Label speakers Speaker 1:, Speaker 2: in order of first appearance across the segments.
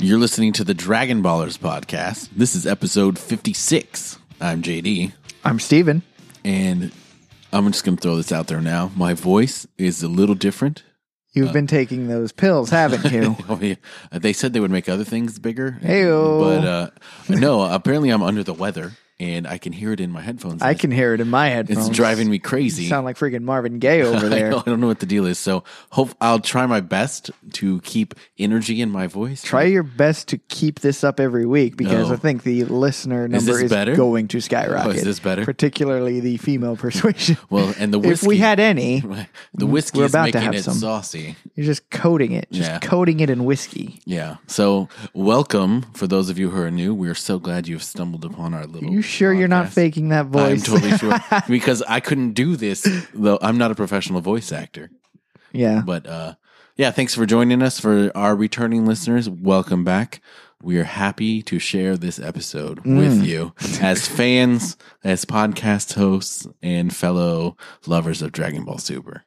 Speaker 1: You're listening to the Dragon Ballers podcast. This is episode 56. I'm JD,
Speaker 2: I'm Steven.
Speaker 1: and I'm just going to throw this out there now. My voice is a little different. Uh.
Speaker 2: You've been taking those pills, haven't you?
Speaker 1: Oh, yeah. They said they would make other things bigger.
Speaker 2: Heyo.
Speaker 1: But uh, no, apparently I'm under the weather and I can hear it in my headphones.
Speaker 2: I can hear it in my headphones.
Speaker 1: It's driving me
Speaker 2: You
Speaker 1: crazy.
Speaker 2: sound like freaking Marvin Gaye over
Speaker 1: I,
Speaker 2: there.
Speaker 1: know- I don't know what the deal is. So hope I'll try my best to keep energy in my voice.
Speaker 2: Try your best to keep this up every week because
Speaker 1: No.
Speaker 2: I think the listener number
Speaker 1: this
Speaker 2: is,
Speaker 1: better?
Speaker 2: going to skyrocket.
Speaker 1: Oh, is this better?
Speaker 2: Particularly the female persuasion.
Speaker 1: Well, and the
Speaker 2: if
Speaker 1: whiskey.
Speaker 2: we had any,
Speaker 1: the whiskey
Speaker 2: we're
Speaker 1: is
Speaker 2: about to
Speaker 1: making
Speaker 2: have
Speaker 1: it
Speaker 2: some.
Speaker 1: saucy.
Speaker 2: you're just coating it, just
Speaker 1: Yeah.
Speaker 2: coating it in whiskey.
Speaker 1: Yeah. So welcome for those of you who are new. We are so glad you have stumbled upon our little.
Speaker 2: You sure you're not
Speaker 1: Oh, podcast.
Speaker 2: faking that
Speaker 1: I'm
Speaker 2: voice?
Speaker 1: totally sure because I couldn't do this though. I'm not a professional voice actor,
Speaker 2: yeah.
Speaker 1: but uh, yeah. Thanks for joining us for our returning listeners. Welcome back. We are happy to share this episode
Speaker 2: Mm.
Speaker 1: with you as fans, as podcast hosts, and fellow lovers of Dragon Ball Super.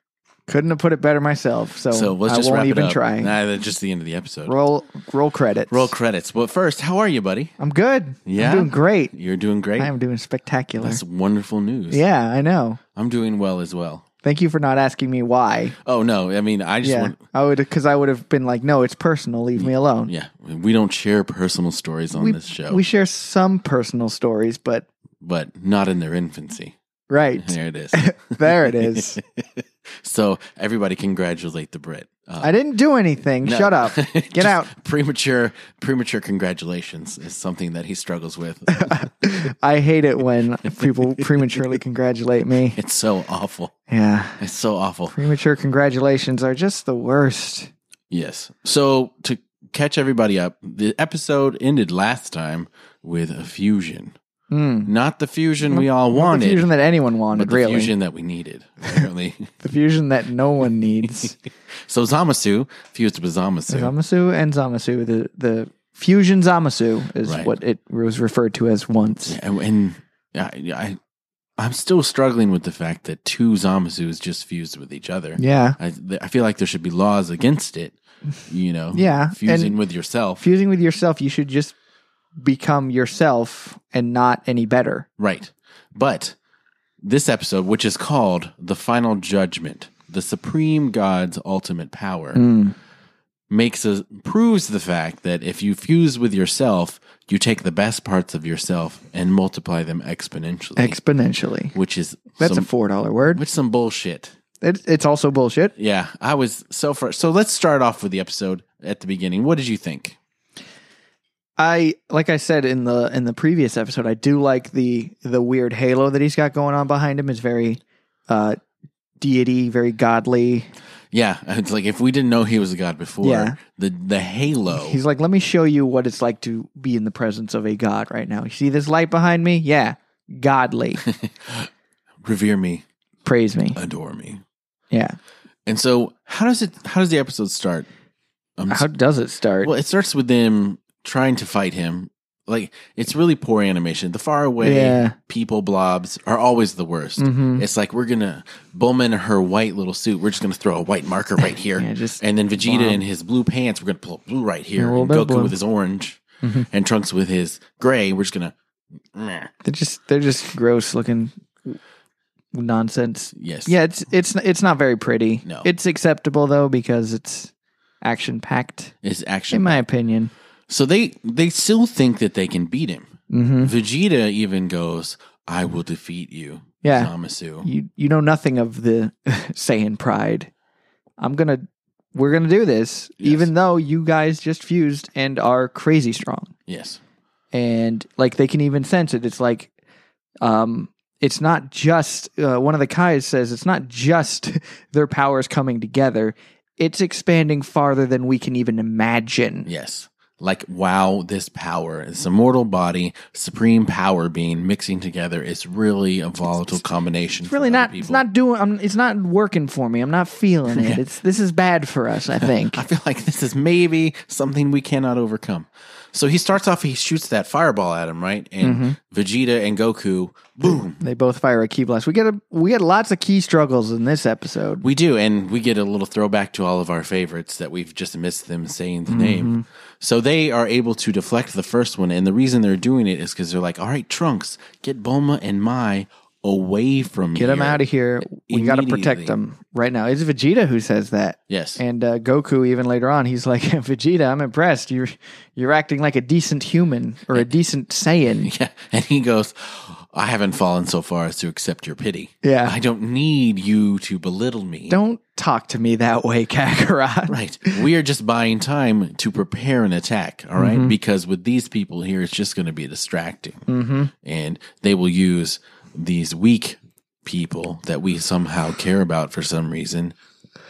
Speaker 2: Couldn't have put it better myself. So,
Speaker 1: So let's
Speaker 2: I
Speaker 1: just
Speaker 2: won't
Speaker 1: wrap
Speaker 2: even
Speaker 1: it up.
Speaker 2: try.
Speaker 1: Nah, that's just the end of the episode.
Speaker 2: Roll roll credits.
Speaker 1: Roll credits. But first, how are you, buddy?
Speaker 2: I'm good.
Speaker 1: Yeah?
Speaker 2: I'm doing great.
Speaker 1: You're doing great.
Speaker 2: I am doing spectacular.
Speaker 1: That's wonderful news.
Speaker 2: Yeah, I know.
Speaker 1: I'm doing well as well.
Speaker 2: Thank you for not asking me why.
Speaker 1: Oh no, I mean I just
Speaker 2: yeah,
Speaker 1: want
Speaker 2: I would because I would have been like, no, it's personal. Leave me alone.
Speaker 1: yeah, we don't share personal stories on
Speaker 2: we,
Speaker 1: this show,
Speaker 2: we share some personal stories, but
Speaker 1: but not in their infancy.
Speaker 2: right
Speaker 1: There it is.
Speaker 2: there it is.
Speaker 1: so everybody congratulate the Brit. Uh,
Speaker 2: I didn't do anything.
Speaker 1: no.
Speaker 2: Shut up.
Speaker 1: Just
Speaker 2: Get out.
Speaker 1: Premature premature congratulations is something that he struggles with.
Speaker 2: I hate it when people prematurely congratulate me.
Speaker 1: it's so awful.
Speaker 2: Yeah,
Speaker 1: It's so awful.
Speaker 2: premature congratulations are just the worst.
Speaker 1: Yes. So to catch everybody up, the episode ended last time with a fusion.
Speaker 2: Mm.
Speaker 1: Not the fusion we all
Speaker 2: The
Speaker 1: wanted,
Speaker 2: fusion that anyone wanted,
Speaker 1: but the
Speaker 2: really.
Speaker 1: fusion that we needed, apparently.
Speaker 2: The fusion that no one needs.
Speaker 1: so Zamasu fused with Zamasu.
Speaker 2: Zamasu and Zamasu. The the fusion Zamasu is
Speaker 1: Right.
Speaker 2: what it was referred to as once.
Speaker 1: And, and I, I, I'm still struggling with the fact that two Zamasus just fused with each other.
Speaker 2: Yeah.
Speaker 1: I, th- I feel like there should be laws against it, you know?
Speaker 2: Yeah,
Speaker 1: Fusing
Speaker 2: and-
Speaker 1: with yourself.
Speaker 2: Fusing with yourself, you should just become yourself and not any better.
Speaker 1: Right. But this episode, which is called The Final Judgment, the Supreme God's Ultimate
Speaker 2: Hmm.
Speaker 1: Power, makes us proves the fact that if you fuse with yourself, you take the best parts of yourself and multiply them exponentially.
Speaker 2: Exponentially.
Speaker 1: which is
Speaker 2: That's
Speaker 1: some,
Speaker 2: a four dollar word.
Speaker 1: which is some bullshit.
Speaker 2: It, it's also bullshit.
Speaker 1: Yeah, I was so far. So let's start off with the episode at the beginning. What did you think?
Speaker 2: I like I said in the in the previous episode, I do like the the weird halo that he's got going on behind him. It's very uh deity, very godly.
Speaker 1: Yeah, it's like if we didn't know he was a god before,
Speaker 2: Yeah.
Speaker 1: the the halo.
Speaker 2: He's like, let me show you what it's like to be in the presence of a god right now. You see this light behind me? Yeah, godly.
Speaker 1: revere me,
Speaker 2: Praise me.
Speaker 1: adore me.
Speaker 2: Yeah.
Speaker 1: And so, how does it? How does the episode start? Um,
Speaker 2: How does it start?
Speaker 1: well, it starts with them trying to fight him. Like it's really poor animation. The faraway
Speaker 2: Yeah.
Speaker 1: people blobs are always the worst.
Speaker 2: Mhm.
Speaker 1: It's like we're gonna Bowman her white little suit. We're just gonna throw a white marker right here,
Speaker 2: Yeah, just-
Speaker 1: and then Vegeta
Speaker 2: wow.
Speaker 1: in his blue pants. We're gonna pull blue right here.
Speaker 2: Yeah, a little
Speaker 1: and
Speaker 2: bit
Speaker 1: Goku
Speaker 2: of blue. Mm-hmm.
Speaker 1: with his orange, and Trunks with his gray. We're just gonna. meh.
Speaker 2: They're just they're just gross looking nonsense.
Speaker 1: Yes.
Speaker 2: Yeah, it's it's it's not very pretty.
Speaker 1: No.
Speaker 2: It's acceptable though because it's action packed
Speaker 1: Is
Speaker 2: in
Speaker 1: action.
Speaker 2: my opinion.
Speaker 1: so they they still think that they can beat him.
Speaker 2: Mhm.
Speaker 1: Vegeta even goes, "I will defeat you,
Speaker 2: Yeah.
Speaker 1: Zamasu."
Speaker 2: You you know nothing of the Saiyan pride. I'm going to we're going to do this
Speaker 1: Yes.
Speaker 2: even though you guys just fused and are crazy strong.
Speaker 1: Yes,
Speaker 2: and like they can even sense it. It's like, um, it's not just uh, one of the Kais says it's not just their powers coming together. It's expanding farther than we can even imagine.
Speaker 1: yes. Like wow, this power, this immortal body, supreme power being mixing together is really a volatile combination.
Speaker 2: It's really not. It's not doing. I'm, it's not working for me. I'm not feeling it. It's this is bad for us. I think.
Speaker 1: I feel like this is maybe something we cannot
Speaker 2: Mm-hmm.
Speaker 1: overcome. So he starts off, he shoots that fireball at him, right? And Vegeta and Goku Boom.
Speaker 2: They both fire a key blast. We get a we get lots of key struggles in this episode.
Speaker 1: We do, and we get a little throwback to all of our favorites that we've just missed them saying the
Speaker 2: Mm-hmm.
Speaker 1: name. So they are able to deflect the first one, and the reason they're doing it is because they're like, "All right, Trunks, get Bulma and Mai away from
Speaker 2: Get them out of here. We got to protect
Speaker 1: Immediately.
Speaker 2: them right now. It's Vegeta who says that.
Speaker 1: Yes,
Speaker 2: And uh, Goku, even later on, he's like, "Vegeta, I'm impressed. You're you're acting like a decent human or a decent Saiyan."
Speaker 1: yeah. And he goes, "I haven't fallen so far as to accept your pity.
Speaker 2: Yeah.
Speaker 1: I don't need you to belittle me.
Speaker 2: Don't talk to me that way, Kakarot.
Speaker 1: Right. We are just buying time to prepare an attack. All
Speaker 2: Mm-hmm.
Speaker 1: right? Because with these people here, it's just going to be distracting. Mm-hmm. And they will use these weak people that we somehow care about for some reason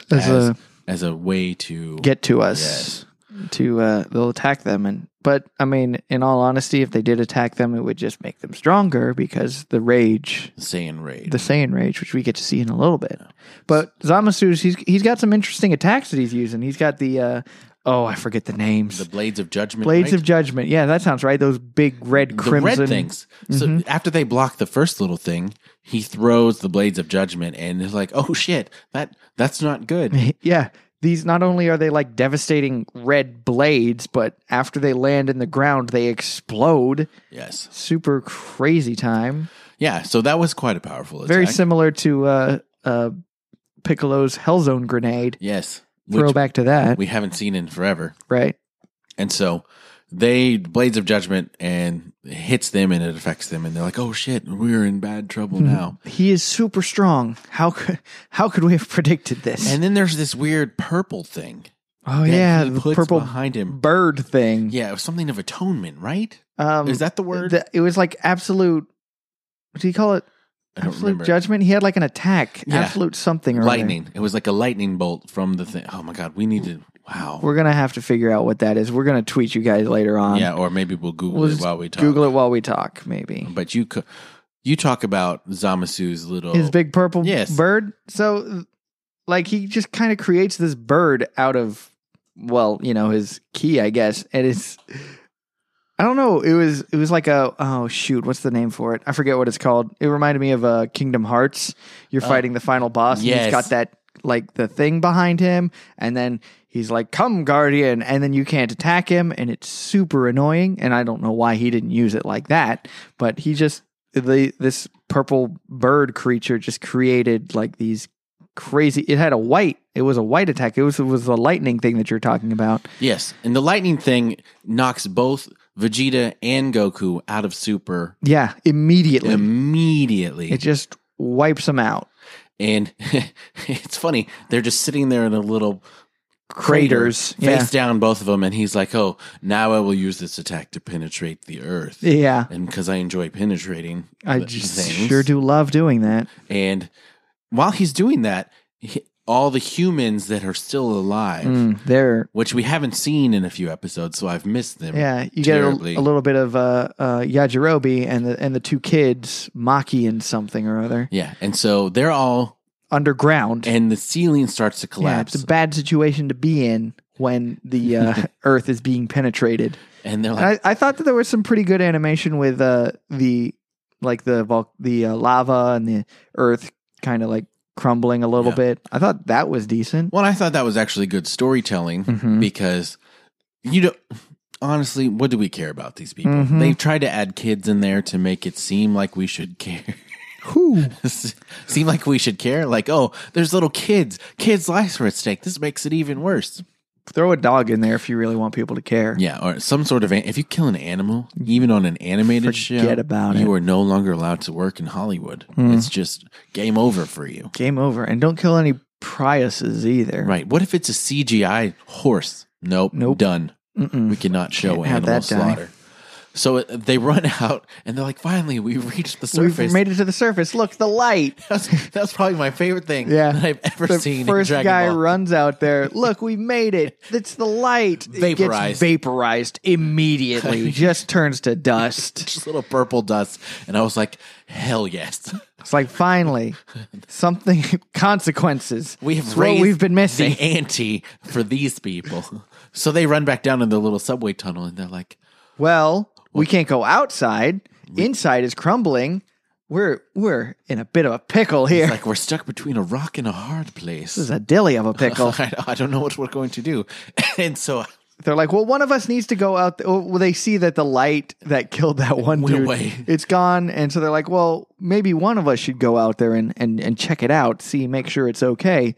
Speaker 2: As
Speaker 1: as, as,
Speaker 2: a-
Speaker 1: a, way to
Speaker 2: Get to us. To uh, they'll attack them, and but I mean, in all honesty, if they did attack them, it would just make them stronger because the rage
Speaker 1: Saiyan raid.
Speaker 2: the Saiyan Rage, which we get to see in a little bit. But Zamasu's he's he's got some interesting attacks that he's using. He's got the uh, oh I forget the names.
Speaker 1: The Blades of Judgment.
Speaker 2: Blades
Speaker 1: right?
Speaker 2: of Judgment. Yeah, that sounds right. Those big red crimson Mm-hmm.
Speaker 1: The red things. So after they block the first little thing, he throws the Blades of Judgment and is like, oh shit, that that's not good.
Speaker 2: Yeah. These not only are they like devastating red blades, but after they land in the ground, they explode.
Speaker 1: yes.
Speaker 2: Super crazy time.
Speaker 1: Yeah. So that was quite a powerful attack.
Speaker 2: Very similar to uh, uh, Piccolo's Hellzone grenade.
Speaker 1: Yes. Which
Speaker 2: Throwback to that,
Speaker 1: we haven't seen in forever.
Speaker 2: right?
Speaker 1: And so they blades of judgment and it hits them and it affects them and they're like, "Oh shit, we're in bad trouble
Speaker 2: Mm-hmm.
Speaker 1: now."
Speaker 2: He is super strong. How could how could we have predicted this?
Speaker 1: And then there's this weird purple thing.
Speaker 2: oh
Speaker 1: that
Speaker 2: yeah,
Speaker 1: he
Speaker 2: the
Speaker 1: puts
Speaker 2: purple
Speaker 1: behind him.
Speaker 2: bird thing.
Speaker 1: Yeah, it was something of atonement, right?
Speaker 2: Um,
Speaker 1: Is that the word?
Speaker 2: the- it was like absolute. What do you call it?
Speaker 1: I don't
Speaker 2: absolute
Speaker 1: remember.
Speaker 2: judgment. He had like an attack.
Speaker 1: Yeah.
Speaker 2: Absolute something. Or other.
Speaker 1: lightning. It was like a lightning bolt from the thing. Oh my god, we need to wow.
Speaker 2: We're gonna have to figure out what that is. We're gonna tweet you guys later on.
Speaker 1: Yeah, or maybe we'll Google
Speaker 2: We'll
Speaker 1: it
Speaker 2: just
Speaker 1: while we talk.
Speaker 2: Google it while we talk. Maybe
Speaker 1: But you co- you talk about Zamasu's little
Speaker 2: his big purple
Speaker 1: Yes.
Speaker 2: bird. So, like, he just kind of creates this bird out of, well, you know, his key, I guess, and it's. I don't know. It was it was like a oh shoot, what's the name for it? I forget what it's called. It reminded me of uh, Kingdom Hearts. You're
Speaker 1: Oh.
Speaker 2: fighting the final boss. and
Speaker 1: Yes.
Speaker 2: he's got that like the thing behind him, and then he's like, "Come, Guardian," and then you can't attack him, and it's super annoying. And I don't know why he didn't use it like that, but he just the this purple bird creature just created like these crazy. It had a white. It was a white attack. It was it was the lightning thing that you're talking about.
Speaker 1: Yes, and the lightning thing knocks both Vegeta and Goku out of Super
Speaker 2: Yeah, immediately
Speaker 1: immediately.
Speaker 2: it just wipes them out.
Speaker 1: and it's funny, they're just sitting there in a little
Speaker 2: Craters.
Speaker 1: crater, face down, both of them. And he's like, "Oh, now I will use this attack to penetrate the earth."
Speaker 2: Yeah, yeah.
Speaker 1: And because I enjoy penetrating,
Speaker 2: I
Speaker 1: th-
Speaker 2: just
Speaker 1: things.
Speaker 2: sure do love doing that.
Speaker 1: And while he's doing that, he- all the humans that are still alive,
Speaker 2: Mm, they're
Speaker 1: which we haven't seen in a few episodes, so I've missed them.
Speaker 2: Yeah, you get a,
Speaker 1: terribly.
Speaker 2: a little bit of uh, uh, Yajirobe and the and the two kids Maki and something or other
Speaker 1: Yeah, and so they're all
Speaker 2: underground.
Speaker 1: and the ceiling starts to
Speaker 2: yeah,
Speaker 1: collapse.
Speaker 2: it's a bad situation to be in when the uh, Earth is being penetrated.
Speaker 1: and they're
Speaker 2: And
Speaker 1: like,
Speaker 2: I, I thought that there was some pretty good animation with uh, the like the vol- the uh, lava and the Earth kind of like crumbling a little
Speaker 1: Yeah.
Speaker 2: bit. I thought that was decent.
Speaker 1: well, I thought that was actually good storytelling
Speaker 2: Mhm.
Speaker 1: because you know, honestly, what do we care about these people?
Speaker 2: Mhm.
Speaker 1: They've tried to add kids in there to make it seem like we should care.
Speaker 2: Whew.
Speaker 1: seem like we should care. Like, oh, there's little kids. Kids' lives are at stake. This makes it even worse.
Speaker 2: Throw a dog in there if you really want people to care.
Speaker 1: Yeah, or some sort of. An- if you kill an animal, even on an animated
Speaker 2: Forget
Speaker 1: show,
Speaker 2: about
Speaker 1: you are no longer allowed to work in Hollywood. It's just game over for you.
Speaker 2: Game over, and don't kill any Priuses either.
Speaker 1: Right. What if it's a CGI horse? Nope.
Speaker 2: Nope.
Speaker 1: Done.
Speaker 2: Mm-mm.
Speaker 1: We cannot show
Speaker 2: Can't have
Speaker 1: animal
Speaker 2: that die.
Speaker 1: slaughter. So uh, they run out and they're like, finally, we reached the surface.
Speaker 2: We've made it to the surface. Look, the light.
Speaker 1: that's, that's probably my favorite thing
Speaker 2: Yeah.
Speaker 1: that I've ever
Speaker 2: The
Speaker 1: seen
Speaker 2: first
Speaker 1: in Dragon
Speaker 2: guy
Speaker 1: Ball.
Speaker 2: runs out there. Look, we made it. It's the light. It gets
Speaker 1: Vaporized.
Speaker 2: vaporized immediately. Just turns to dust.
Speaker 1: Just little purple dust. And I was like, hell yes.
Speaker 2: It's like finally something consequences.
Speaker 1: We have
Speaker 2: It's what
Speaker 1: raised
Speaker 2: we've been missing.
Speaker 1: the ante for these people. So they run back down in the little subway tunnel and they're like,
Speaker 2: well, we can't go outside. Inside is crumbling. we're we're in a bit of a pickle here.
Speaker 1: It's like we're stuck between a rock and a hard place.
Speaker 2: this is a dilly of a pickle.
Speaker 1: I, I don't know what we're going to do. and so
Speaker 2: They're like, well, one of us needs to go out. th- oh, well, they see that the light that killed that one
Speaker 1: Went
Speaker 2: dude,
Speaker 1: away.
Speaker 2: it's gone, and so they're like, well, maybe one of us should go out there and and and check it out, see, make sure it's okay.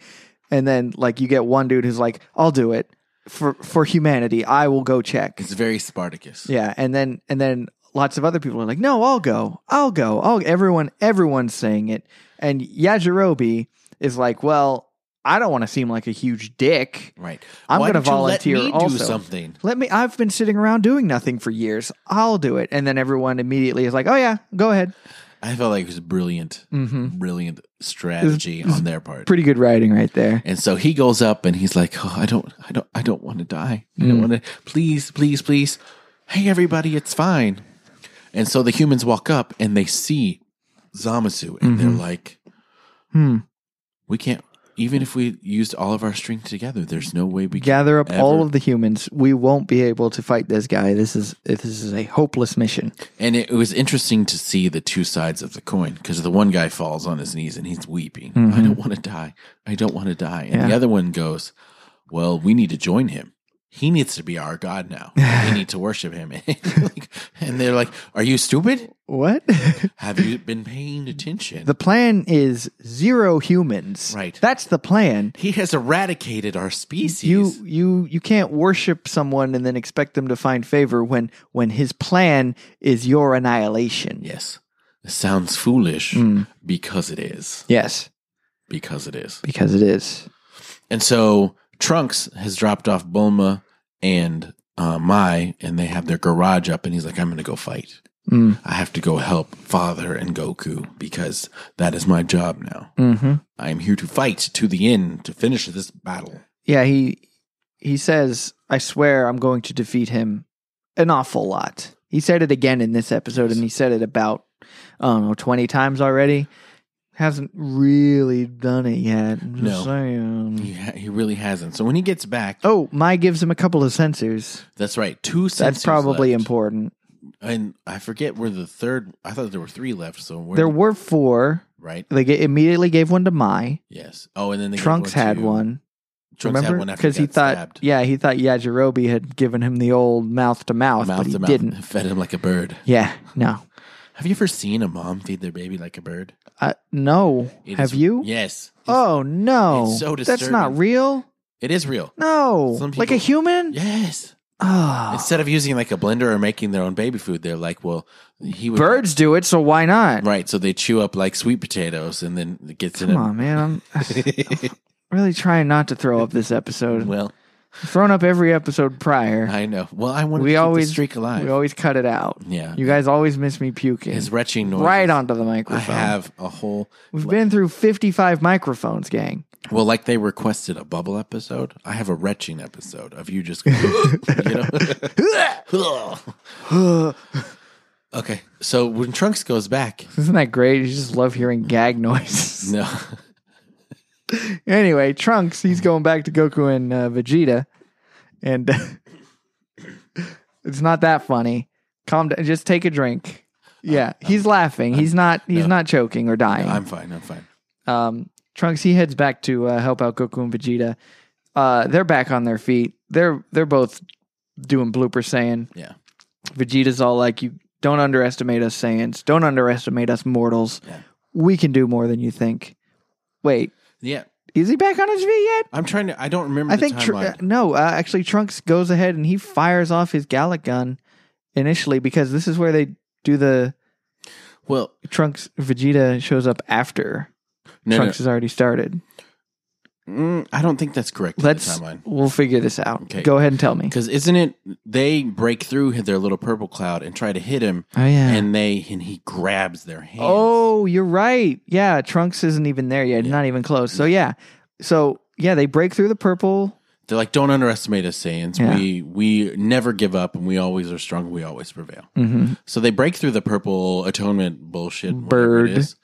Speaker 2: And then like you get one dude who's like, I'll do it for for humanity. I will go check.
Speaker 1: it's very Spartacus.
Speaker 2: Yeah, and then and then lots of other people are like, "No, I'll go. I'll go. I'll everyone everyone's saying it." And Yajirobe is like, "Well, I don't want to seem like a huge dick.
Speaker 1: Right.
Speaker 2: I'm
Speaker 1: Why
Speaker 2: gonna
Speaker 1: don't you
Speaker 2: volunteer
Speaker 1: Let me
Speaker 2: also.
Speaker 1: do something.
Speaker 2: Let me I've been sitting around doing nothing for years. I'll do it." And then everyone immediately is like, "Oh yeah, go ahead."
Speaker 1: I felt like it was brilliant,
Speaker 2: Mhm.
Speaker 1: brilliant strategy on their part.
Speaker 2: Pretty good writing right there.
Speaker 1: And so he goes up and he's like, "Oh, I don't, I don't, I don't want to die. I
Speaker 2: Mm.
Speaker 1: don't want to. Please, please, please. Hey, everybody, it's fine." And so the humans walk up and they see Zamasu, and they're like,
Speaker 2: Mm-hmm. Hmm.
Speaker 1: "We can't. Even if we used all of our strength together, there's no way we can."
Speaker 2: Gather up
Speaker 1: Ever.
Speaker 2: all of the humans. We won't be able to fight this guy. This is this is a hopeless mission.
Speaker 1: And it, it was interesting to see the two sides of the coin because the one guy falls on his knees and he's weeping. I don't want to die. I don't want to die. And the
Speaker 2: Mm-hmm. Yeah.
Speaker 1: other one goes, Well, we need to join him. He needs to be our God now. we need to worship him. and they're like, Are you stupid?
Speaker 2: What?
Speaker 1: Have you been paying attention?
Speaker 2: the plan is zero humans.
Speaker 1: Right.
Speaker 2: That's the plan.
Speaker 1: he has eradicated our species.
Speaker 2: you you you can't worship someone and then expect them to find favor when when his plan is your annihilation.
Speaker 1: yes. It sounds foolish
Speaker 2: Mm.
Speaker 1: because it is.
Speaker 2: Yes,
Speaker 1: Because it is.
Speaker 2: because it is.
Speaker 1: And so Trunks has dropped off Bulma and uh, Mai, and they have their garage up, and he's like, I'm going to go fight.
Speaker 2: Mm.
Speaker 1: I have to go help Father and Goku because that is my job now.
Speaker 2: hmm
Speaker 1: I am here to fight to the end to finish this battle.
Speaker 2: Yeah, he he says, "I swear, I'm going to defeat him." An awful lot. He said it again in this episode, and he said it about I don't know twenty times already. Hasn't really done it yet. I'm just
Speaker 1: No.
Speaker 2: saying.
Speaker 1: He, ha- he really hasn't. So when he gets back,
Speaker 2: Oh, Mai gives him a couple of sensors.
Speaker 1: that's right, two
Speaker 2: That's
Speaker 1: sensors
Speaker 2: probably
Speaker 1: left.
Speaker 2: important.
Speaker 1: And I forget where the third. I thought there were three left. So where,
Speaker 2: There were four.
Speaker 1: right?
Speaker 2: They ga- immediately gave one to Mai.
Speaker 1: Yes. Oh, and then they gave
Speaker 2: Trunks
Speaker 1: to-
Speaker 2: had one.
Speaker 1: Trunks had
Speaker 2: remember?
Speaker 1: one after
Speaker 2: he
Speaker 1: he got
Speaker 2: thought,
Speaker 1: stabbed.
Speaker 2: yeah, he thought Yajirobe had given him the old mouth to mouth, but
Speaker 1: mouth
Speaker 2: he
Speaker 1: to mouth,
Speaker 2: didn't.
Speaker 1: fed him like a bird.
Speaker 2: Yeah, no,
Speaker 1: Have you ever seen a mom feed their baby like a bird?
Speaker 2: uh, no.
Speaker 1: It
Speaker 2: Have
Speaker 1: is-
Speaker 2: you?
Speaker 1: Yes.
Speaker 2: oh no,
Speaker 1: it's so
Speaker 2: that's not
Speaker 1: disturbing.
Speaker 2: real.
Speaker 1: It is real.
Speaker 2: No,
Speaker 1: Some
Speaker 2: like a
Speaker 1: people-
Speaker 2: human.
Speaker 1: Yes.
Speaker 2: Ah,
Speaker 1: Instead of using like a blender or making their own baby food, they're like, well, he would.
Speaker 2: birds do it, so why not?
Speaker 1: Right. So they chew up like sweet potatoes and then it gets
Speaker 2: Come
Speaker 1: in
Speaker 2: on, man. I'm really trying not to throw up this episode.
Speaker 1: them. well,
Speaker 2: I've thrown up every episode prior.
Speaker 1: I know. Well, I want to
Speaker 2: We
Speaker 1: keep
Speaker 2: always-
Speaker 1: the streak alive.
Speaker 2: We always cut it out.
Speaker 1: yeah.
Speaker 2: You guys always miss me puking.
Speaker 1: His retching noise.
Speaker 2: right onto the
Speaker 1: I
Speaker 2: microphone.
Speaker 1: have a whole.
Speaker 2: We've been through 55 microphones, gang.
Speaker 1: Well, like they requested a bubble episode, I have a retching episode of you just. you know? okay. So when Trunks goes back,
Speaker 2: Isn't that great? You just love hearing gag noises.
Speaker 1: no.
Speaker 2: anyway, Trunks, he's going back to Goku and uh, Vegeta. And it's not that funny. Calm down. Just take a drink. Yeah, he's laughing. He's not. He's not choking or dying.
Speaker 1: I'm fine. I'm fine.
Speaker 2: um, Trunks he heads back to uh, help out Goku and Vegeta. Uh, they're back on their feet. They're they're both doing blooper Saiyan.
Speaker 1: Yeah.
Speaker 2: Vegeta's all like, "You don't underestimate us Saiyans. Don't underestimate us mortals.
Speaker 1: Yeah.
Speaker 2: We can do more than you think." Wait,
Speaker 1: Yeah.
Speaker 2: is he back on his feet yet?
Speaker 1: I'm trying to. I don't remember.
Speaker 2: I
Speaker 1: the
Speaker 2: think tr- uh,
Speaker 1: timeline.
Speaker 2: no. Uh, actually, Trunks goes ahead and he fires off his Gallic gun initially because this is where they do the uh,
Speaker 1: well,
Speaker 2: Trunks. Vegeta shows up after
Speaker 1: no, no.
Speaker 2: Trunks has already started.
Speaker 1: Mm, I don't think that's correct. in
Speaker 2: Let's
Speaker 1: the timeline
Speaker 2: we'll figure this out.
Speaker 1: Okay.
Speaker 2: Go ahead and tell me.
Speaker 1: because isn't it they break through their little purple cloud and try to hit him,
Speaker 2: Oh yeah.
Speaker 1: and they and he grabs their hand.
Speaker 2: oh, you're right. Yeah, Trunks isn't even there yet.
Speaker 1: Yeah.
Speaker 2: Not even close. So yeah. So yeah, they break through the purple.
Speaker 1: they're like, don't underestimate us, Saiyans.
Speaker 2: Yeah.
Speaker 1: We we never give up, and we always are strong. We always prevail.
Speaker 2: Mhm.
Speaker 1: So they break through the purple atonement bullshit whatever
Speaker 2: Bird.
Speaker 1: it is,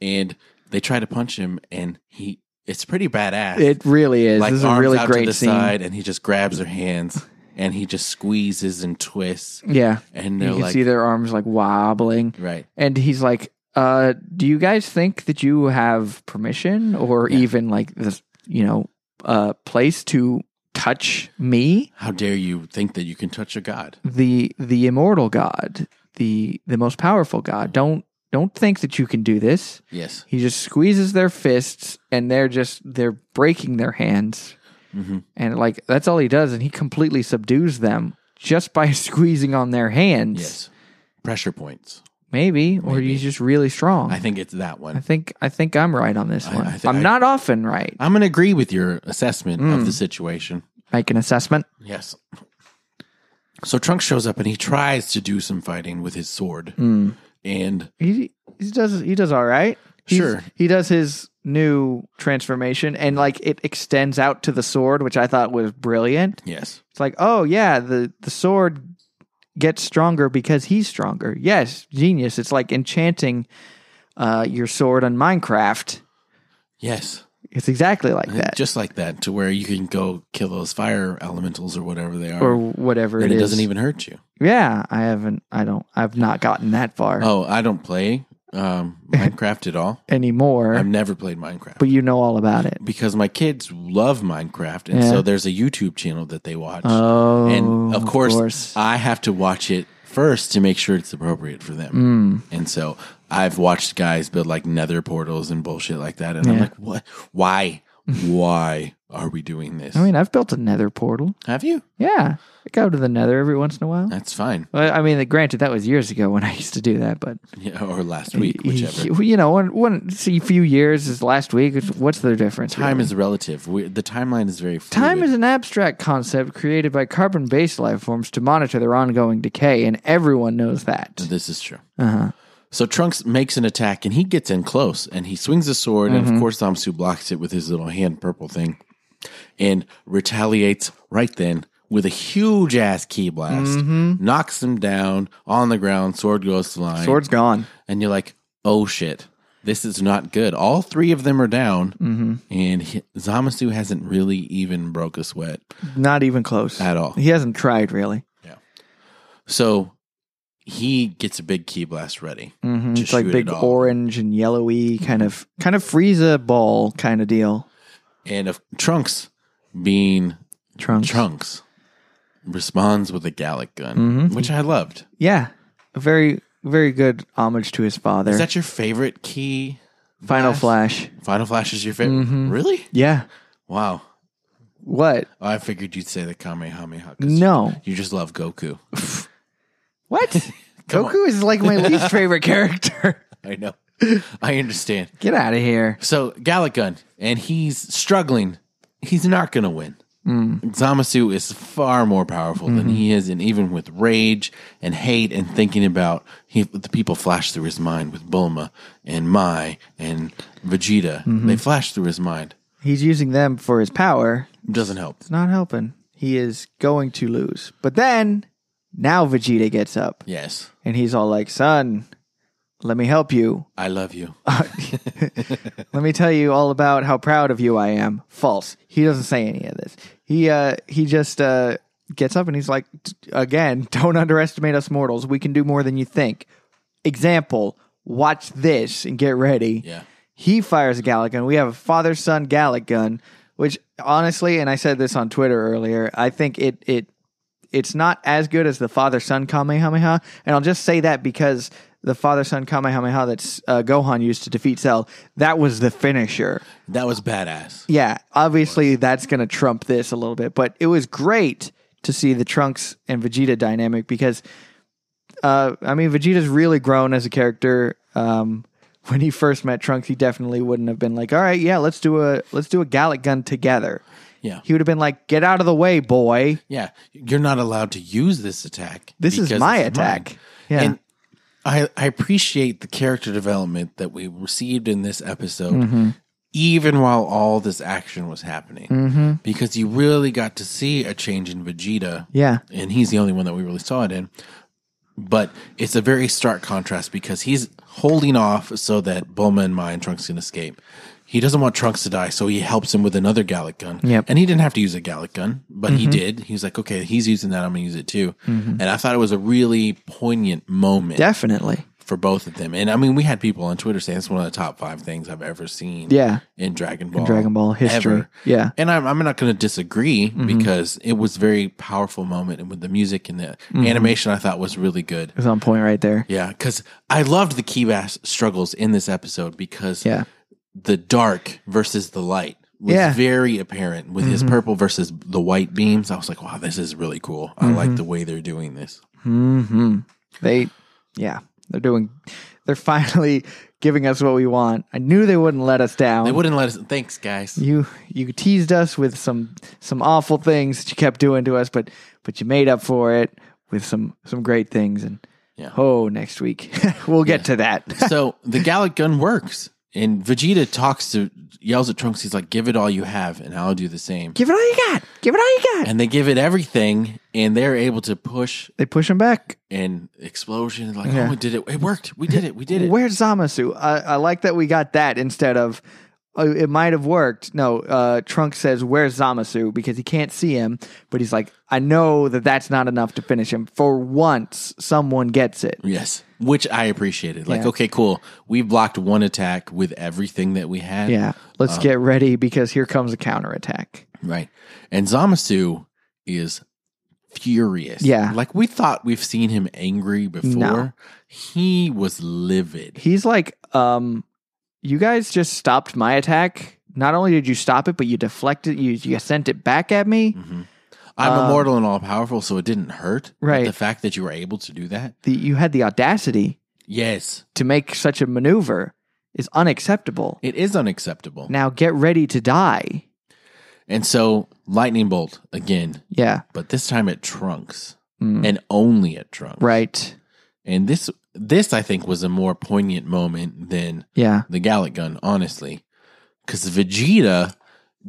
Speaker 1: and they try to punch him, and he. It's pretty badass.
Speaker 2: It really is.
Speaker 1: like
Speaker 2: this is a
Speaker 1: arms
Speaker 2: really
Speaker 1: out to
Speaker 2: great
Speaker 1: the
Speaker 2: scene.
Speaker 1: side, and he just grabs their hands, and he just squeezes and twists,
Speaker 2: Yeah.
Speaker 1: and
Speaker 2: You
Speaker 1: they're
Speaker 2: can
Speaker 1: like,
Speaker 2: see their arms like wobbling.
Speaker 1: right,
Speaker 2: And he's like, Uh, do you guys think that you have permission or
Speaker 1: Yeah.
Speaker 2: even like this, you know, uh, place to touch me,
Speaker 1: How dare you think that you can touch a god?
Speaker 2: the the immortal God, the the most powerful God? Don't don't think that you can do this.
Speaker 1: Yes.
Speaker 2: He just squeezes their fists and they're just they're breaking their hands
Speaker 1: Mhm.
Speaker 2: and like that's all he does and he completely subdues them just by squeezing on their hands.
Speaker 1: Yes. Pressure points.
Speaker 2: Maybe, or
Speaker 1: Maybe.
Speaker 2: he's just really strong.
Speaker 1: I think it's that one.
Speaker 2: I think I think I'm right on this
Speaker 1: I-
Speaker 2: one.
Speaker 1: I thi-
Speaker 2: I'm
Speaker 1: I-
Speaker 2: not often right.
Speaker 1: I'm going to agree with your assessment
Speaker 2: Mm.
Speaker 1: of the situation.
Speaker 2: Make an assessment.
Speaker 1: Yes. So Trunks shows up and he tries to do some fighting with his sword.
Speaker 2: Mm.
Speaker 1: And
Speaker 2: He he does he does all right. He's-
Speaker 1: Sure.
Speaker 2: he does his new transformation and like it extends out to the sword, which I thought was brilliant.
Speaker 1: yes,
Speaker 2: It's like, oh yeah, the the sword gets stronger because he's stronger. Yes, genius. It's like enchanting uh, your sword on Minecraft.
Speaker 1: yes,
Speaker 2: It's exactly like that,
Speaker 1: just like that, to where you can go kill those fire elementals or whatever they are,
Speaker 2: or whatever
Speaker 1: and it
Speaker 2: it is.
Speaker 1: doesn't even hurt you.
Speaker 2: Yeah, I haven't. I don't. I've not gotten that far
Speaker 1: Oh, I don't play um, Minecraft at all.
Speaker 2: anymore.
Speaker 1: I've never played Minecraft.
Speaker 2: but you know all about it.
Speaker 1: because my kids love Minecraft, and
Speaker 2: Yeah.
Speaker 1: so there's a YouTube channel that they watch.
Speaker 2: Oh,
Speaker 1: and of course, I have to watch it first to make sure it's appropriate for them.
Speaker 2: Hmm.
Speaker 1: And so I've watched guys build like nether portals and bullshit like that. And I'm
Speaker 2: Yeah.
Speaker 1: like, what? Why? Why are we doing this?
Speaker 2: I mean, I've built a Nether portal.
Speaker 1: have you?
Speaker 2: Yeah, I go to the Nether every once in a while.
Speaker 1: That's fine.
Speaker 2: Well, I mean, granted, that was years ago when I used to do that, but
Speaker 1: Yeah, or last week, whichever.
Speaker 2: you know, one one see, few years is last week. It's- What's the difference?
Speaker 1: Time
Speaker 2: really?
Speaker 1: is relative. We, the timeline is very fluid.
Speaker 2: Time is an abstract concept created by carbon based life forms to monitor their ongoing decay, and everyone knows that.
Speaker 1: This is true.
Speaker 2: Uh-huh.
Speaker 1: So Trunks makes an attack and he gets in close and he swings his sword and
Speaker 2: Mm-hmm.
Speaker 1: of course Zamsu blocks it with his little hand purple thing and retaliates right then with a huge ass key blast,
Speaker 2: Mm-hmm.
Speaker 1: knocks him down on the ground, sword goes flying.
Speaker 2: Sword's gone.
Speaker 1: And you're like, oh shit, this is not good. All three of them are down
Speaker 2: Mm-hmm.
Speaker 1: and he, Zamasu hasn't really even broke a sweat
Speaker 2: Not even close
Speaker 1: at all.
Speaker 2: He hasn't tried really.
Speaker 1: So he gets a big key blast ready.
Speaker 2: hmm
Speaker 1: To
Speaker 2: It's like
Speaker 1: shoot
Speaker 2: big
Speaker 1: it all.
Speaker 2: orange and yellowy kind of kind of Frieza ball kind of deal.
Speaker 1: And of Trunks being
Speaker 2: Trunks.
Speaker 1: Trunks responds with a Gallic gun, which I loved.
Speaker 2: Yeah, a very very good homage to his father.
Speaker 1: Is that your favorite key?
Speaker 2: Final Flash.
Speaker 1: Final Flash is your favorite? Really?
Speaker 2: Yeah.
Speaker 1: Wow. Oh,
Speaker 2: What?
Speaker 1: I figured you'd say the Kamehameha. 'cause
Speaker 2: No.
Speaker 1: You just love Goku.
Speaker 2: What?
Speaker 1: Come
Speaker 2: Goku is like my least favorite character.
Speaker 1: I know. I understand.
Speaker 2: Get out of here.
Speaker 1: So, Gallic gun, and he's struggling. He's not going to win.
Speaker 2: Mm.
Speaker 1: Zamasu is far more powerful
Speaker 2: Mm-hmm.
Speaker 1: than he is, and even with rage and hate and thinking about he, the people flash through his mind with Bulma and Mai and Vegeta,
Speaker 2: Mm-hmm.
Speaker 1: they flash through his mind.
Speaker 2: He's using them for his power.
Speaker 1: Doesn't help.
Speaker 2: It's not helping. He is going to lose. But then now Vegeta gets up
Speaker 1: Yes,
Speaker 2: and he's all like, "Son, let me help you.
Speaker 1: I love you.
Speaker 2: Let me tell you all about how proud of you I am. False. He doesn't say any of this. He uh he just uh gets up and he's like "D- again, don't underestimate us mortals. We can do more than you think. Example, watch this and get ready.
Speaker 1: Yeah.
Speaker 2: He fires a Gallic gun. We have a father son Gallic gun, which honestly, and I said this on Twitter earlier, I think it it it's not as good as the father son Kamehameha. And I'll just say that because the father son Kamehameha that uh, Gohan used to defeat Cell, that was the finisher.
Speaker 1: That was badass.
Speaker 2: Yeah, obviously that's going to trump this a little bit, but it was great to see the Trunks and Vegeta dynamic because, uh, I mean, Vegeta's really grown as a character. Um, when he first met Trunks, he definitely wouldn't have been like, "All right, yeah, let's do a let's do a Gallic gun together."
Speaker 1: Yeah.
Speaker 2: He would have been like, "Get out of the way, boy!
Speaker 1: Yeah, you're not allowed to use this attack.
Speaker 2: This is
Speaker 1: because
Speaker 2: my
Speaker 1: it's mine.
Speaker 2: attack." Yeah,
Speaker 1: And I, I appreciate the character development that we received in this episode, even while all this action was happening, because you really got to see a change in Vegeta.
Speaker 2: yeah,
Speaker 1: And he's the only one that we really saw it in. But it's a very stark contrast because he's holding off so that Bulma and Mai and Trunks can escape. He doesn't want Trunks to die, so he helps him with another Gallic gun.
Speaker 2: Yep. Mm-hmm.
Speaker 1: And he didn't have to use a Gallic gun, but he did. He was like, okay, he's using that. I'm going to use it too. And I thought it was a really poignant moment
Speaker 2: definitely.
Speaker 1: for both of them. And I mean, we had people on Twitter saying it's one of the top five things I've ever seen
Speaker 2: Yeah.
Speaker 1: in Dragon Ball.
Speaker 2: In Dragon Ball history.
Speaker 1: Ever.
Speaker 2: Yeah.
Speaker 1: And I'm, I'm not going to disagree
Speaker 2: Mhm.
Speaker 1: because it was a very powerful moment. And with the music and the
Speaker 2: Mhm.
Speaker 1: animation, I thought was really good.
Speaker 2: It's on point right there.
Speaker 1: Yeah, because I loved the Keybass struggles in this episode because
Speaker 2: Yeah.
Speaker 1: the dark versus the light was
Speaker 2: Yeah.
Speaker 1: very apparent with his
Speaker 2: Mhm.
Speaker 1: purple versus the white beams. I was like, wow, this is really cool. I like the way they're doing this.
Speaker 2: hmm They, yeah, they're doing, they're finally giving us what we want. I knew they wouldn't let us down.
Speaker 1: They wouldn't let us. Thanks, guys.
Speaker 2: You you teased us with some some awful things that you kept doing to us, but but you made up for it with some some great things. And
Speaker 1: Yeah.
Speaker 2: oh, next week we'll get to that.
Speaker 1: so the Gallic gun works, and Vegeta talks to yells at Trunks. He's like, "Give it all you have, and I'll do the same."
Speaker 2: Give it all you got. Give it all you got.
Speaker 1: And they give it everything, and they're able to push
Speaker 2: they push him back.
Speaker 1: and explosion. Like,
Speaker 2: Yeah.
Speaker 1: oh, we did it! It worked! We did it! We did it!
Speaker 2: Where's Zamasu? I, I like that we got that instead of oh, it might have worked. No, uh, Trunk says where's Zamasu because he can't see him, but he's like, I know that that's not enough to finish him. For once, someone gets it.
Speaker 1: Yes, which I appreciated. Like,
Speaker 2: Yeah.
Speaker 1: okay, cool. We blocked one attack with everything that we had.
Speaker 2: Yeah, let's get ready because here comes a counterattack.
Speaker 1: Right. And Zamasu is furious.
Speaker 2: Yeah.
Speaker 1: Like we thought we've seen him angry before.
Speaker 2: No.
Speaker 1: He was livid.
Speaker 2: He's like, um, you guys just stopped my attack. Not only did you stop it, but you deflected. You you sent it back at me.
Speaker 1: Mm-hmm. I'm
Speaker 2: Um,
Speaker 1: immortal and all powerful, so it didn't hurt. But
Speaker 2: Right.
Speaker 1: the fact that you were able to do that.
Speaker 2: The, you had the audacity
Speaker 1: Yes.
Speaker 2: to make such a maneuver is unacceptable.
Speaker 1: It is unacceptable.
Speaker 2: Now get ready to die.
Speaker 1: and so lightning bolt again,
Speaker 2: Yeah.
Speaker 1: but this time at Trunks.
Speaker 2: Mm.
Speaker 1: And only at Trunks.
Speaker 2: Right.
Speaker 1: And this this I think was a more poignant moment than
Speaker 2: Yeah.
Speaker 1: the Gallic gun, honestly. Because Vegeta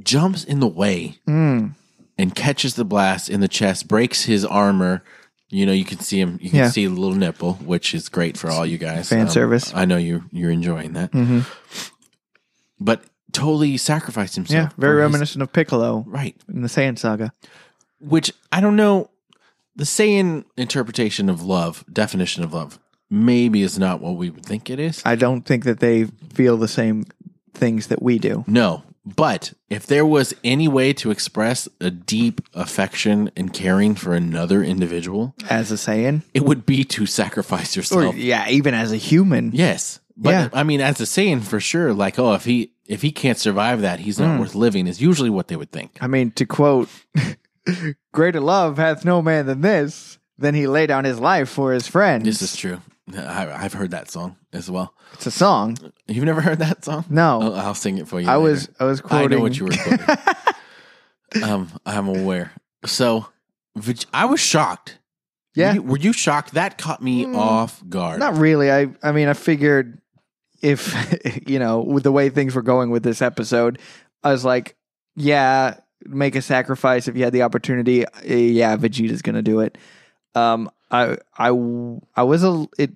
Speaker 1: jumps in the way
Speaker 2: Mm.
Speaker 1: and catches the blast in the chest, breaks his armor. You know, you can see him. You can
Speaker 2: Yeah.
Speaker 1: see the little nipple, which is great for all you guys. Um,
Speaker 2: Fan service.
Speaker 1: I know you you're enjoying that,
Speaker 2: hmm
Speaker 1: but totally sacrificed himself.
Speaker 2: Yeah. Very
Speaker 1: for his-
Speaker 2: reminiscent of Piccolo
Speaker 1: right?
Speaker 2: in the Saiyan saga.
Speaker 1: Which I don't know. The Saiyan interpretation of love, definition of love, maybe is not what we would think it is.
Speaker 2: I don't think that they feel the same things that we do.
Speaker 1: No, but if there was any way to express a deep affection and caring for another individual,
Speaker 2: As a Saiyan,
Speaker 1: it would be to sacrifice
Speaker 2: or
Speaker 1: yourself.
Speaker 2: yeah, even as a human.
Speaker 1: Yes. But
Speaker 2: Yeah.
Speaker 1: I mean, as a saying for sure, like, oh, if he if he can't survive that, he's
Speaker 2: Hmm.
Speaker 1: not worth living is usually what they would think.
Speaker 2: I mean, to quote, "Greater love hath no man than this." Then he lay down his life for his friends.
Speaker 1: This is true. I, I've heard that song as well.
Speaker 2: it's a song.
Speaker 1: You've never heard that song?
Speaker 2: No,
Speaker 1: Oh, I'll sing it for you.
Speaker 2: I
Speaker 1: later.
Speaker 2: was I was quoting.
Speaker 1: I know what you were quoting. um, I'm aware. So, Vig- I was shocked.
Speaker 2: Yeah,
Speaker 1: Were you, were you shocked? That caught me
Speaker 2: Mm.
Speaker 1: off guard.
Speaker 2: not really. I I mean, I figured if you know with the way things were going with this episode, I was like, yeah, make a sacrifice if you had the opportunity. Uh, Yeah, Vegeta's gonna do it. Um, I I w- I was a it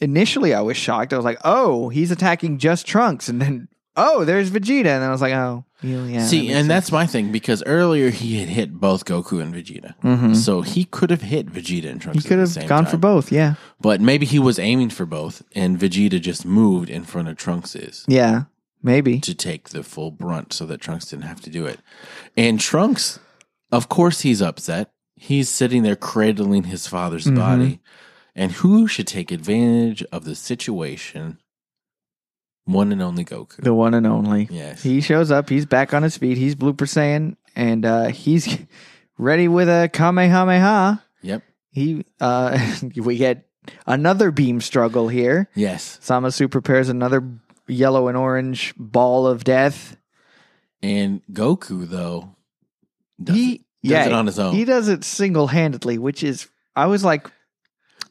Speaker 2: initially I was shocked. I was like, oh, he's attacking just Trunks, and then oh, there's Vegeta, and I was like, oh, yeah.
Speaker 1: See, and that's my thing because earlier he had hit both Goku and Vegeta.
Speaker 2: hmm
Speaker 1: So he could have hit Vegeta and Trunks.
Speaker 2: He
Speaker 1: at
Speaker 2: could
Speaker 1: the
Speaker 2: have
Speaker 1: same
Speaker 2: gone for
Speaker 1: time.
Speaker 2: both. Yeah,
Speaker 1: But maybe he was aiming for both, and Vegeta just moved in front of Trunks's
Speaker 2: yeah, maybe.
Speaker 1: to take the full brunt so that Trunks didn't have to do it. And Trunks, of course, he's upset. He's sitting there cradling his father's
Speaker 2: Mhm.
Speaker 1: body. And who should take advantage of the situation? One and only Goku.
Speaker 2: The one and only.
Speaker 1: Yes.
Speaker 2: He shows up. He's back on his feet. He's blooper Saiyan, and uh, he's ready with a kamehameha.
Speaker 1: yep.
Speaker 2: He uh, we get another beam struggle here.
Speaker 1: Yes.
Speaker 2: Samasu prepares another yellow and orange ball of death.
Speaker 1: And Goku, though, does,
Speaker 2: He-
Speaker 1: it, does it on his own.
Speaker 2: He does it single handedly, which is I was like,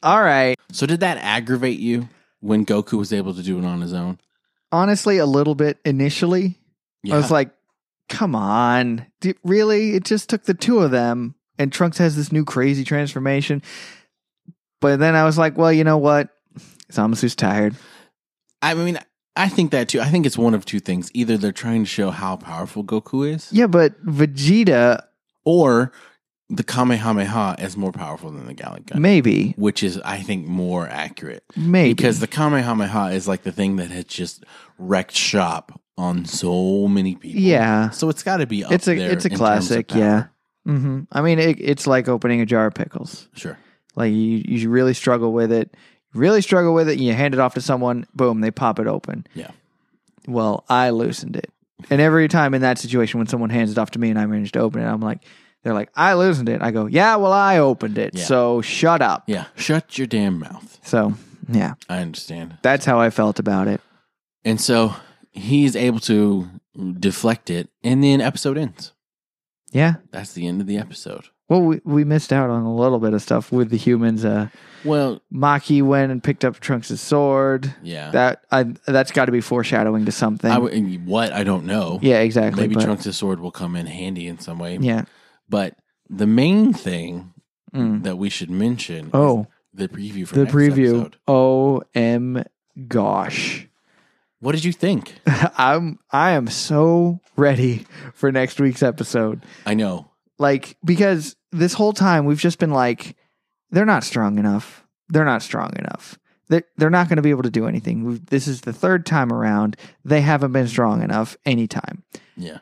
Speaker 2: all right.
Speaker 1: so, did that aggravate you when Goku was able to do it on his own?
Speaker 2: Honestly, a little bit initially,
Speaker 1: Yeah.
Speaker 2: I was like, come on. Dude, really? It just took the two of them. And Trunks has this new crazy transformation. But then I was like, well, you know what? Zamasu's tired.
Speaker 1: I mean, I think that too. I think it's one of two things. Either they're trying to show how powerful Goku is,
Speaker 2: Yeah, but Vegeta,
Speaker 1: or the Kamehameha as more powerful than the Gallic gun,
Speaker 2: Maybe.
Speaker 1: which is, I think, more accurate.
Speaker 2: Maybe.
Speaker 1: Because the Kamehameha is like the thing that has just wrecked shop on so many people.
Speaker 2: Yeah.
Speaker 1: So it's got to be up
Speaker 2: It's a
Speaker 1: there
Speaker 2: it's a
Speaker 1: in terms of
Speaker 2: classic,
Speaker 1: power.
Speaker 2: yeah. hmm I mean, it, it's like opening a jar of pickles.
Speaker 1: Sure.
Speaker 2: Like you, you really struggle with it. You really struggle with it. You hand it off to someone. Boom, they pop it open.
Speaker 1: Yeah.
Speaker 2: Well, I loosened it, and every time in that situation, when someone hands it off to me and I manage to open it, I'm like, they're like, I loosened it. I go, yeah, well, I opened it.
Speaker 1: Yeah.
Speaker 2: So shut up.
Speaker 1: Yeah. Shut your damn mouth.
Speaker 2: So yeah,
Speaker 1: I understand.
Speaker 2: that's how I felt about it.
Speaker 1: And so he's able to deflect it, and then episode ends.
Speaker 2: Yeah.
Speaker 1: That's the end of the episode.
Speaker 2: Well, we, we missed out on a little bit of stuff with the humans. Uh,
Speaker 1: Well,
Speaker 2: Maki went and picked up Trunks' sword.
Speaker 1: yeah.
Speaker 2: That I, that's got to be foreshadowing to something.
Speaker 1: I w- what I don't know.
Speaker 2: yeah, exactly.
Speaker 1: Maybe
Speaker 2: but-
Speaker 1: Trunks' sword will come in handy in some way.
Speaker 2: Yeah.
Speaker 1: But the main thing
Speaker 2: Mm.
Speaker 1: that we should mention is
Speaker 2: Oh,
Speaker 1: the preview for
Speaker 2: the
Speaker 1: next
Speaker 2: preview.
Speaker 1: episode.
Speaker 2: Oh, m gosh,
Speaker 1: What did you think?
Speaker 2: I'm I am so ready for next week's episode.
Speaker 1: I know.
Speaker 2: Like because this whole time we've just been like, they're not strong enough. They're not strong enough. They're, they're not going to be able to do anything. We've, this is the third time around. They haven't been strong enough anytime.
Speaker 1: Yeah.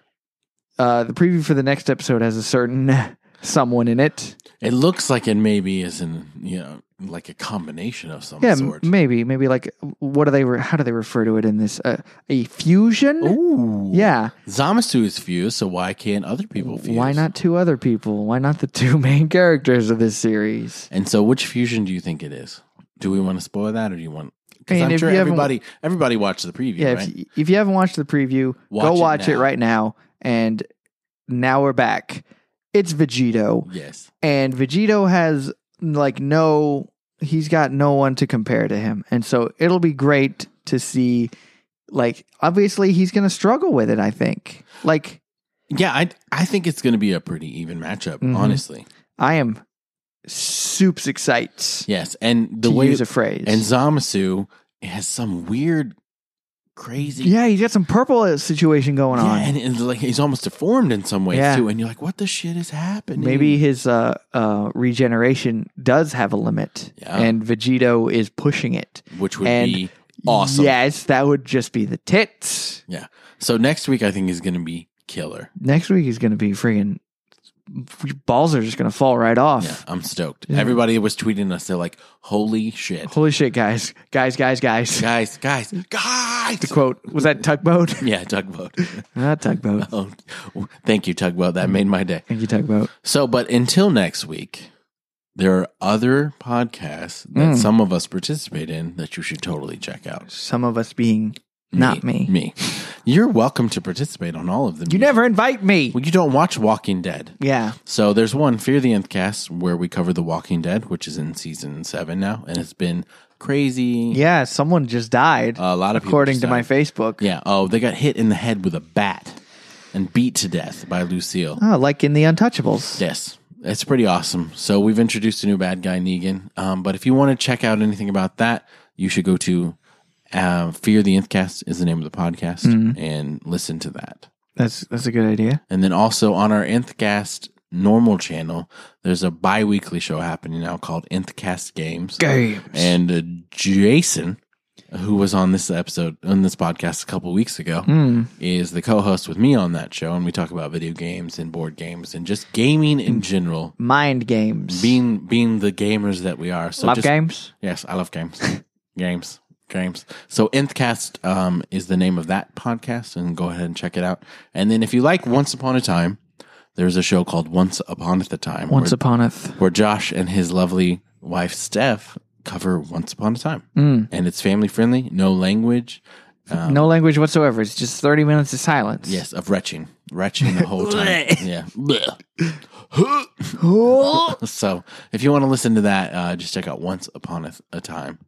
Speaker 2: Uh, the preview for the next episode has a certain someone in it.
Speaker 1: It looks like it maybe is in, you know, like a combination of some
Speaker 2: Yeah, m-
Speaker 1: sort.
Speaker 2: maybe, maybe like what do they? Re- how do they refer to it in this? Uh, a fusion?
Speaker 1: Ooh.
Speaker 2: Yeah.
Speaker 1: Zamasu is fused, so why can't other people fuse?
Speaker 2: Why not two other people? Why not the two main characters of this series?
Speaker 1: And so, which fusion do you think it is? Do we want to spoil that, or do you want?
Speaker 2: I
Speaker 1: Because
Speaker 2: mean,
Speaker 1: I'm
Speaker 2: if
Speaker 1: sure
Speaker 2: you haven't-
Speaker 1: everybody everybody watched the preview,
Speaker 2: Yeah.
Speaker 1: right?
Speaker 2: If, if you haven't watched the preview, go
Speaker 1: Watch it
Speaker 2: watch it,
Speaker 1: now.
Speaker 2: right now. And now we're back. It's Vegito,
Speaker 1: yes.
Speaker 2: and Vegito has like no. He's got no one to compare to him, and so it'll be great to see. Like, obviously, he's going to struggle with it. I think. Like,
Speaker 1: Yeah, I I think it's going to be a pretty even matchup,
Speaker 2: Mhm.
Speaker 1: honestly.
Speaker 2: I am soups excites
Speaker 1: Yes, and the
Speaker 2: to
Speaker 1: way
Speaker 2: use a phrase.
Speaker 1: and Zamasu has some weird, crazy.
Speaker 2: yeah, he's got some purple situation going
Speaker 1: Yeah,
Speaker 2: on.
Speaker 1: and it's like he's almost deformed in some ways
Speaker 2: Yeah.
Speaker 1: too, and you're like, "What the shit is happening?"
Speaker 2: Maybe his uh, uh, regeneration does have a limit,
Speaker 1: Yeah.
Speaker 2: and Vegito is pushing it.
Speaker 1: which would
Speaker 2: and-
Speaker 1: be awesome.
Speaker 2: Yes, that would just be the tits.
Speaker 1: Yeah. So next week, I think is going to be killer.
Speaker 2: Next week is going to be freaking balls are just going to fall right off.
Speaker 1: Yeah, I'm stoked.
Speaker 2: Yeah.
Speaker 1: Everybody was tweeting us. They're like, "Holy shit,
Speaker 2: Holy shit, guys, guys, guys, guys!
Speaker 1: guys, guys, guys!"
Speaker 2: The quote was that tugboat?
Speaker 1: Yeah, tugboat.
Speaker 2: Not tugboat.
Speaker 1: oh, thank you, tugboat. That made my day.
Speaker 2: Thank you, tugboat.
Speaker 1: So, but until next week, there are other podcasts that
Speaker 2: Mm.
Speaker 1: some of us participate in that you should totally check out.
Speaker 2: Some of us being not me.
Speaker 1: Me. You're welcome to participate on all of them.
Speaker 2: You never invite me.
Speaker 1: Well, you don't watch Walking Dead.
Speaker 2: Yeah.
Speaker 1: So there's one, Fear the Nth Cast, where we cover The Walking Dead, which is in season seven now, and it's been crazy.
Speaker 2: Yeah, someone just died.
Speaker 1: Uh, A lot of people
Speaker 2: according
Speaker 1: just
Speaker 2: to my
Speaker 1: died.
Speaker 2: Facebook.
Speaker 1: Yeah. Oh, they got hit in the head with a bat and beat to death by Lucille.
Speaker 2: Oh, like in the Untouchables.
Speaker 1: Yes, it's pretty awesome. So we've introduced a new bad guy, Negan. Um, but if you want to check out anything about that, you should go to uh, Fear the Nth Cast is the name of the podcast
Speaker 2: Mm-hmm.
Speaker 1: and listen to that.
Speaker 2: That's that's a good idea.
Speaker 1: And then also on our Nth Cast normal channel, there's a bi-weekly show happening now called Nth Cast Games.
Speaker 2: Games.
Speaker 1: And uh, Jason, who was on this episode on this podcast a couple weeks ago, is the co-host with me on that show, and we talk about video games and board games and just gaming in general.
Speaker 2: Mind games.
Speaker 1: Being being the gamers that we are, so
Speaker 2: Love
Speaker 1: just-
Speaker 2: games.
Speaker 1: Yes, I love games, games, games. So Nthcast um, is the name of that podcast, and go ahead and check it out. And then if you like Once Upon a Time, there's a show called Once Upon the Time,
Speaker 2: Once
Speaker 1: where,
Speaker 2: upon a th-
Speaker 1: where Josh and his lovely wife Steph cover Once Upon a Time, and it's family friendly, no language. um,
Speaker 2: no language whatsoever. It's just thirty minutes of silence.
Speaker 1: Yes, of retching, retching the whole time. yeah. so if you want to listen to that, uh, just check out Once Upon a, Th- a Time.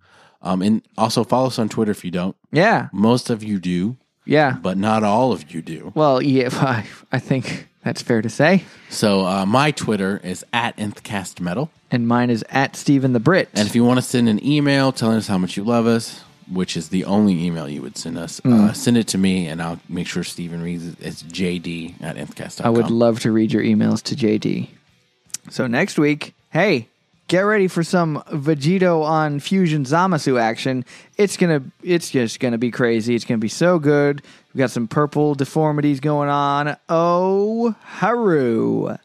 Speaker 1: Um, and also follow us on Twitter if you don't.
Speaker 2: Yeah.
Speaker 1: Most of you do,
Speaker 2: Yeah.
Speaker 1: but not all of you do.
Speaker 2: Well, yeah. I, I think that's fair to say.
Speaker 1: So uh, my Twitter is at nthcastmetal.
Speaker 2: And mine is at Stephen the Brit.
Speaker 1: And if you want to send an email telling us how much you love us, which is the only email you would send us, uh, send it to me and I'll make sure Steven reads it. It's jd at nthcast.com.
Speaker 2: I would love to read your emails to JD. So next week, hey, get ready for some Vegito on Fusion Zamasu action. It's gonna, it's just gonna be crazy. It's gonna be so good. We got some purple deformities going on. Oh, haru.